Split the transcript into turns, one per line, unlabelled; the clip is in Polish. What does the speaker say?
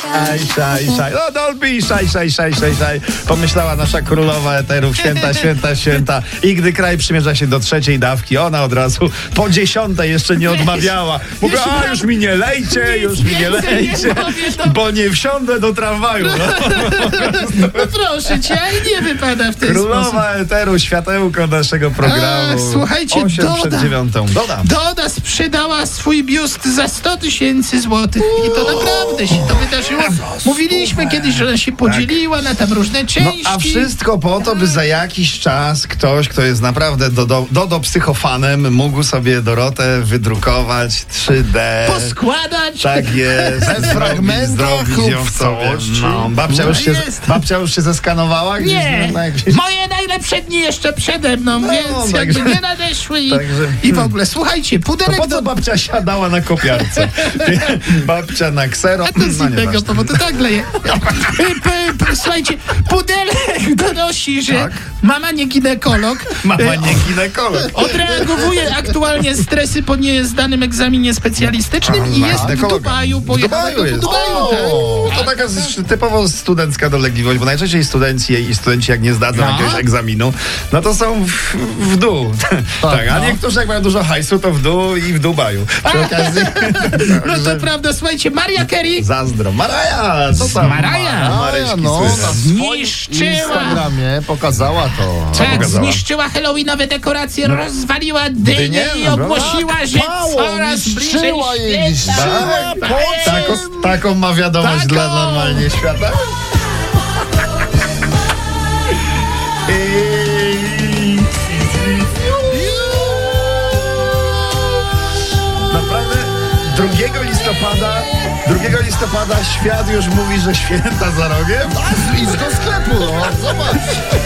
Szaj, szaj, szaj. No Dolby, szaj, szaj, szaj, szaj, szaj. Pomyślała nasza królowa eterów. Święta, święta, święta. I gdy kraj przymierza się do trzeciej dawki, ona od razu po dziesiątej jeszcze nie odmawiała. Mówiła,
już
a
mam-
już mi nie lejcie,
Nic
już mi nie
więcej nie
lejcie,
powie, to-
bo nie wsiądę do tramwaju. No.
No proszę cię, ale nie wypada w ten sposób.
Królowa eteru, światełko naszego programu.
Ach, słuchajcie,
Osiem przed
Doda.
dziewiątą. Dodam.
Doda sprzedała swój biust za 100 tysięcy złotych i to naprawdę się to wydarzyło. Mówiliśmy kiedyś, że ona się podzieliła na tam różne
No,
części.
a wszystko po to, by za jakiś czas ktoś, kto jest naprawdę dodo, dodo psychofanem, mógł sobie Dorotę wydrukować 3D.
Poskładać.
Tak jest. Zrobić-
fragmentach
zrobić
lub
ją
w
sobie.
całości.
No, babcia,
No
już się,
jest.
babcia już się zeskanowała? gdzieś
Nie,
na jakieś-
moje najlepsze dni jeszcze przede mną, więc
No, także-
jakby nie nadeszły i,
także-
i w ogóle. Słuchajcie,
To
pudelek
po co
do...
babcia siadała na kopiarce? babcia na ksero.
A to z
no, nieważne.
innego powodu, tak leje. Y, P- p- p- Słuchajcie, pudelek donosi, że
Tak.
mama nie ginekolog.
Mama
e,
nie ginekolog.
Odreagowuje aktualnie stresy po niezdanym egzaminie specjalistycznym i
Ma
jest w
ginekologa.
Dubaju.
W
Pojechała
Dubaju
do
jest.
Dubaju, tak.
O, To taka z- typowo studencka dolegliwość, bo najczęściej studenci i studenci jak nie zdadzą
No.
jakiegoś egzaminu, no to są w, w dół. Tak, a
no.
niektórzy jak mają dużo hajsu, to w dół i w Dubaju. Przy okazji
No to prawda, słuchajcie, Maria Carey
zazdro. Maraja! Co tam?
Maraja.
Ma- Maryśki
no, na
słychać.
swoim
zniszczyła...
Instagramie pokazała to.
Tak,
pokazała?
zniszczyła Halloweenowe dekoracje, rozwaliła dynię
Dynię?
i
No,
ogłosiła, że
mało,
coraz bliżej
niszczyła jej,
święta.
niszczyła.
Tak,
Zniszczyła
tak, taką, taką ma wiadomość
Taką.
dla normalnie świata. Ej. Naprawdę 2 listopada 2 listopada świat już mówi, że święta za rogiem.
A z- idź do sklepu, no, zobacz.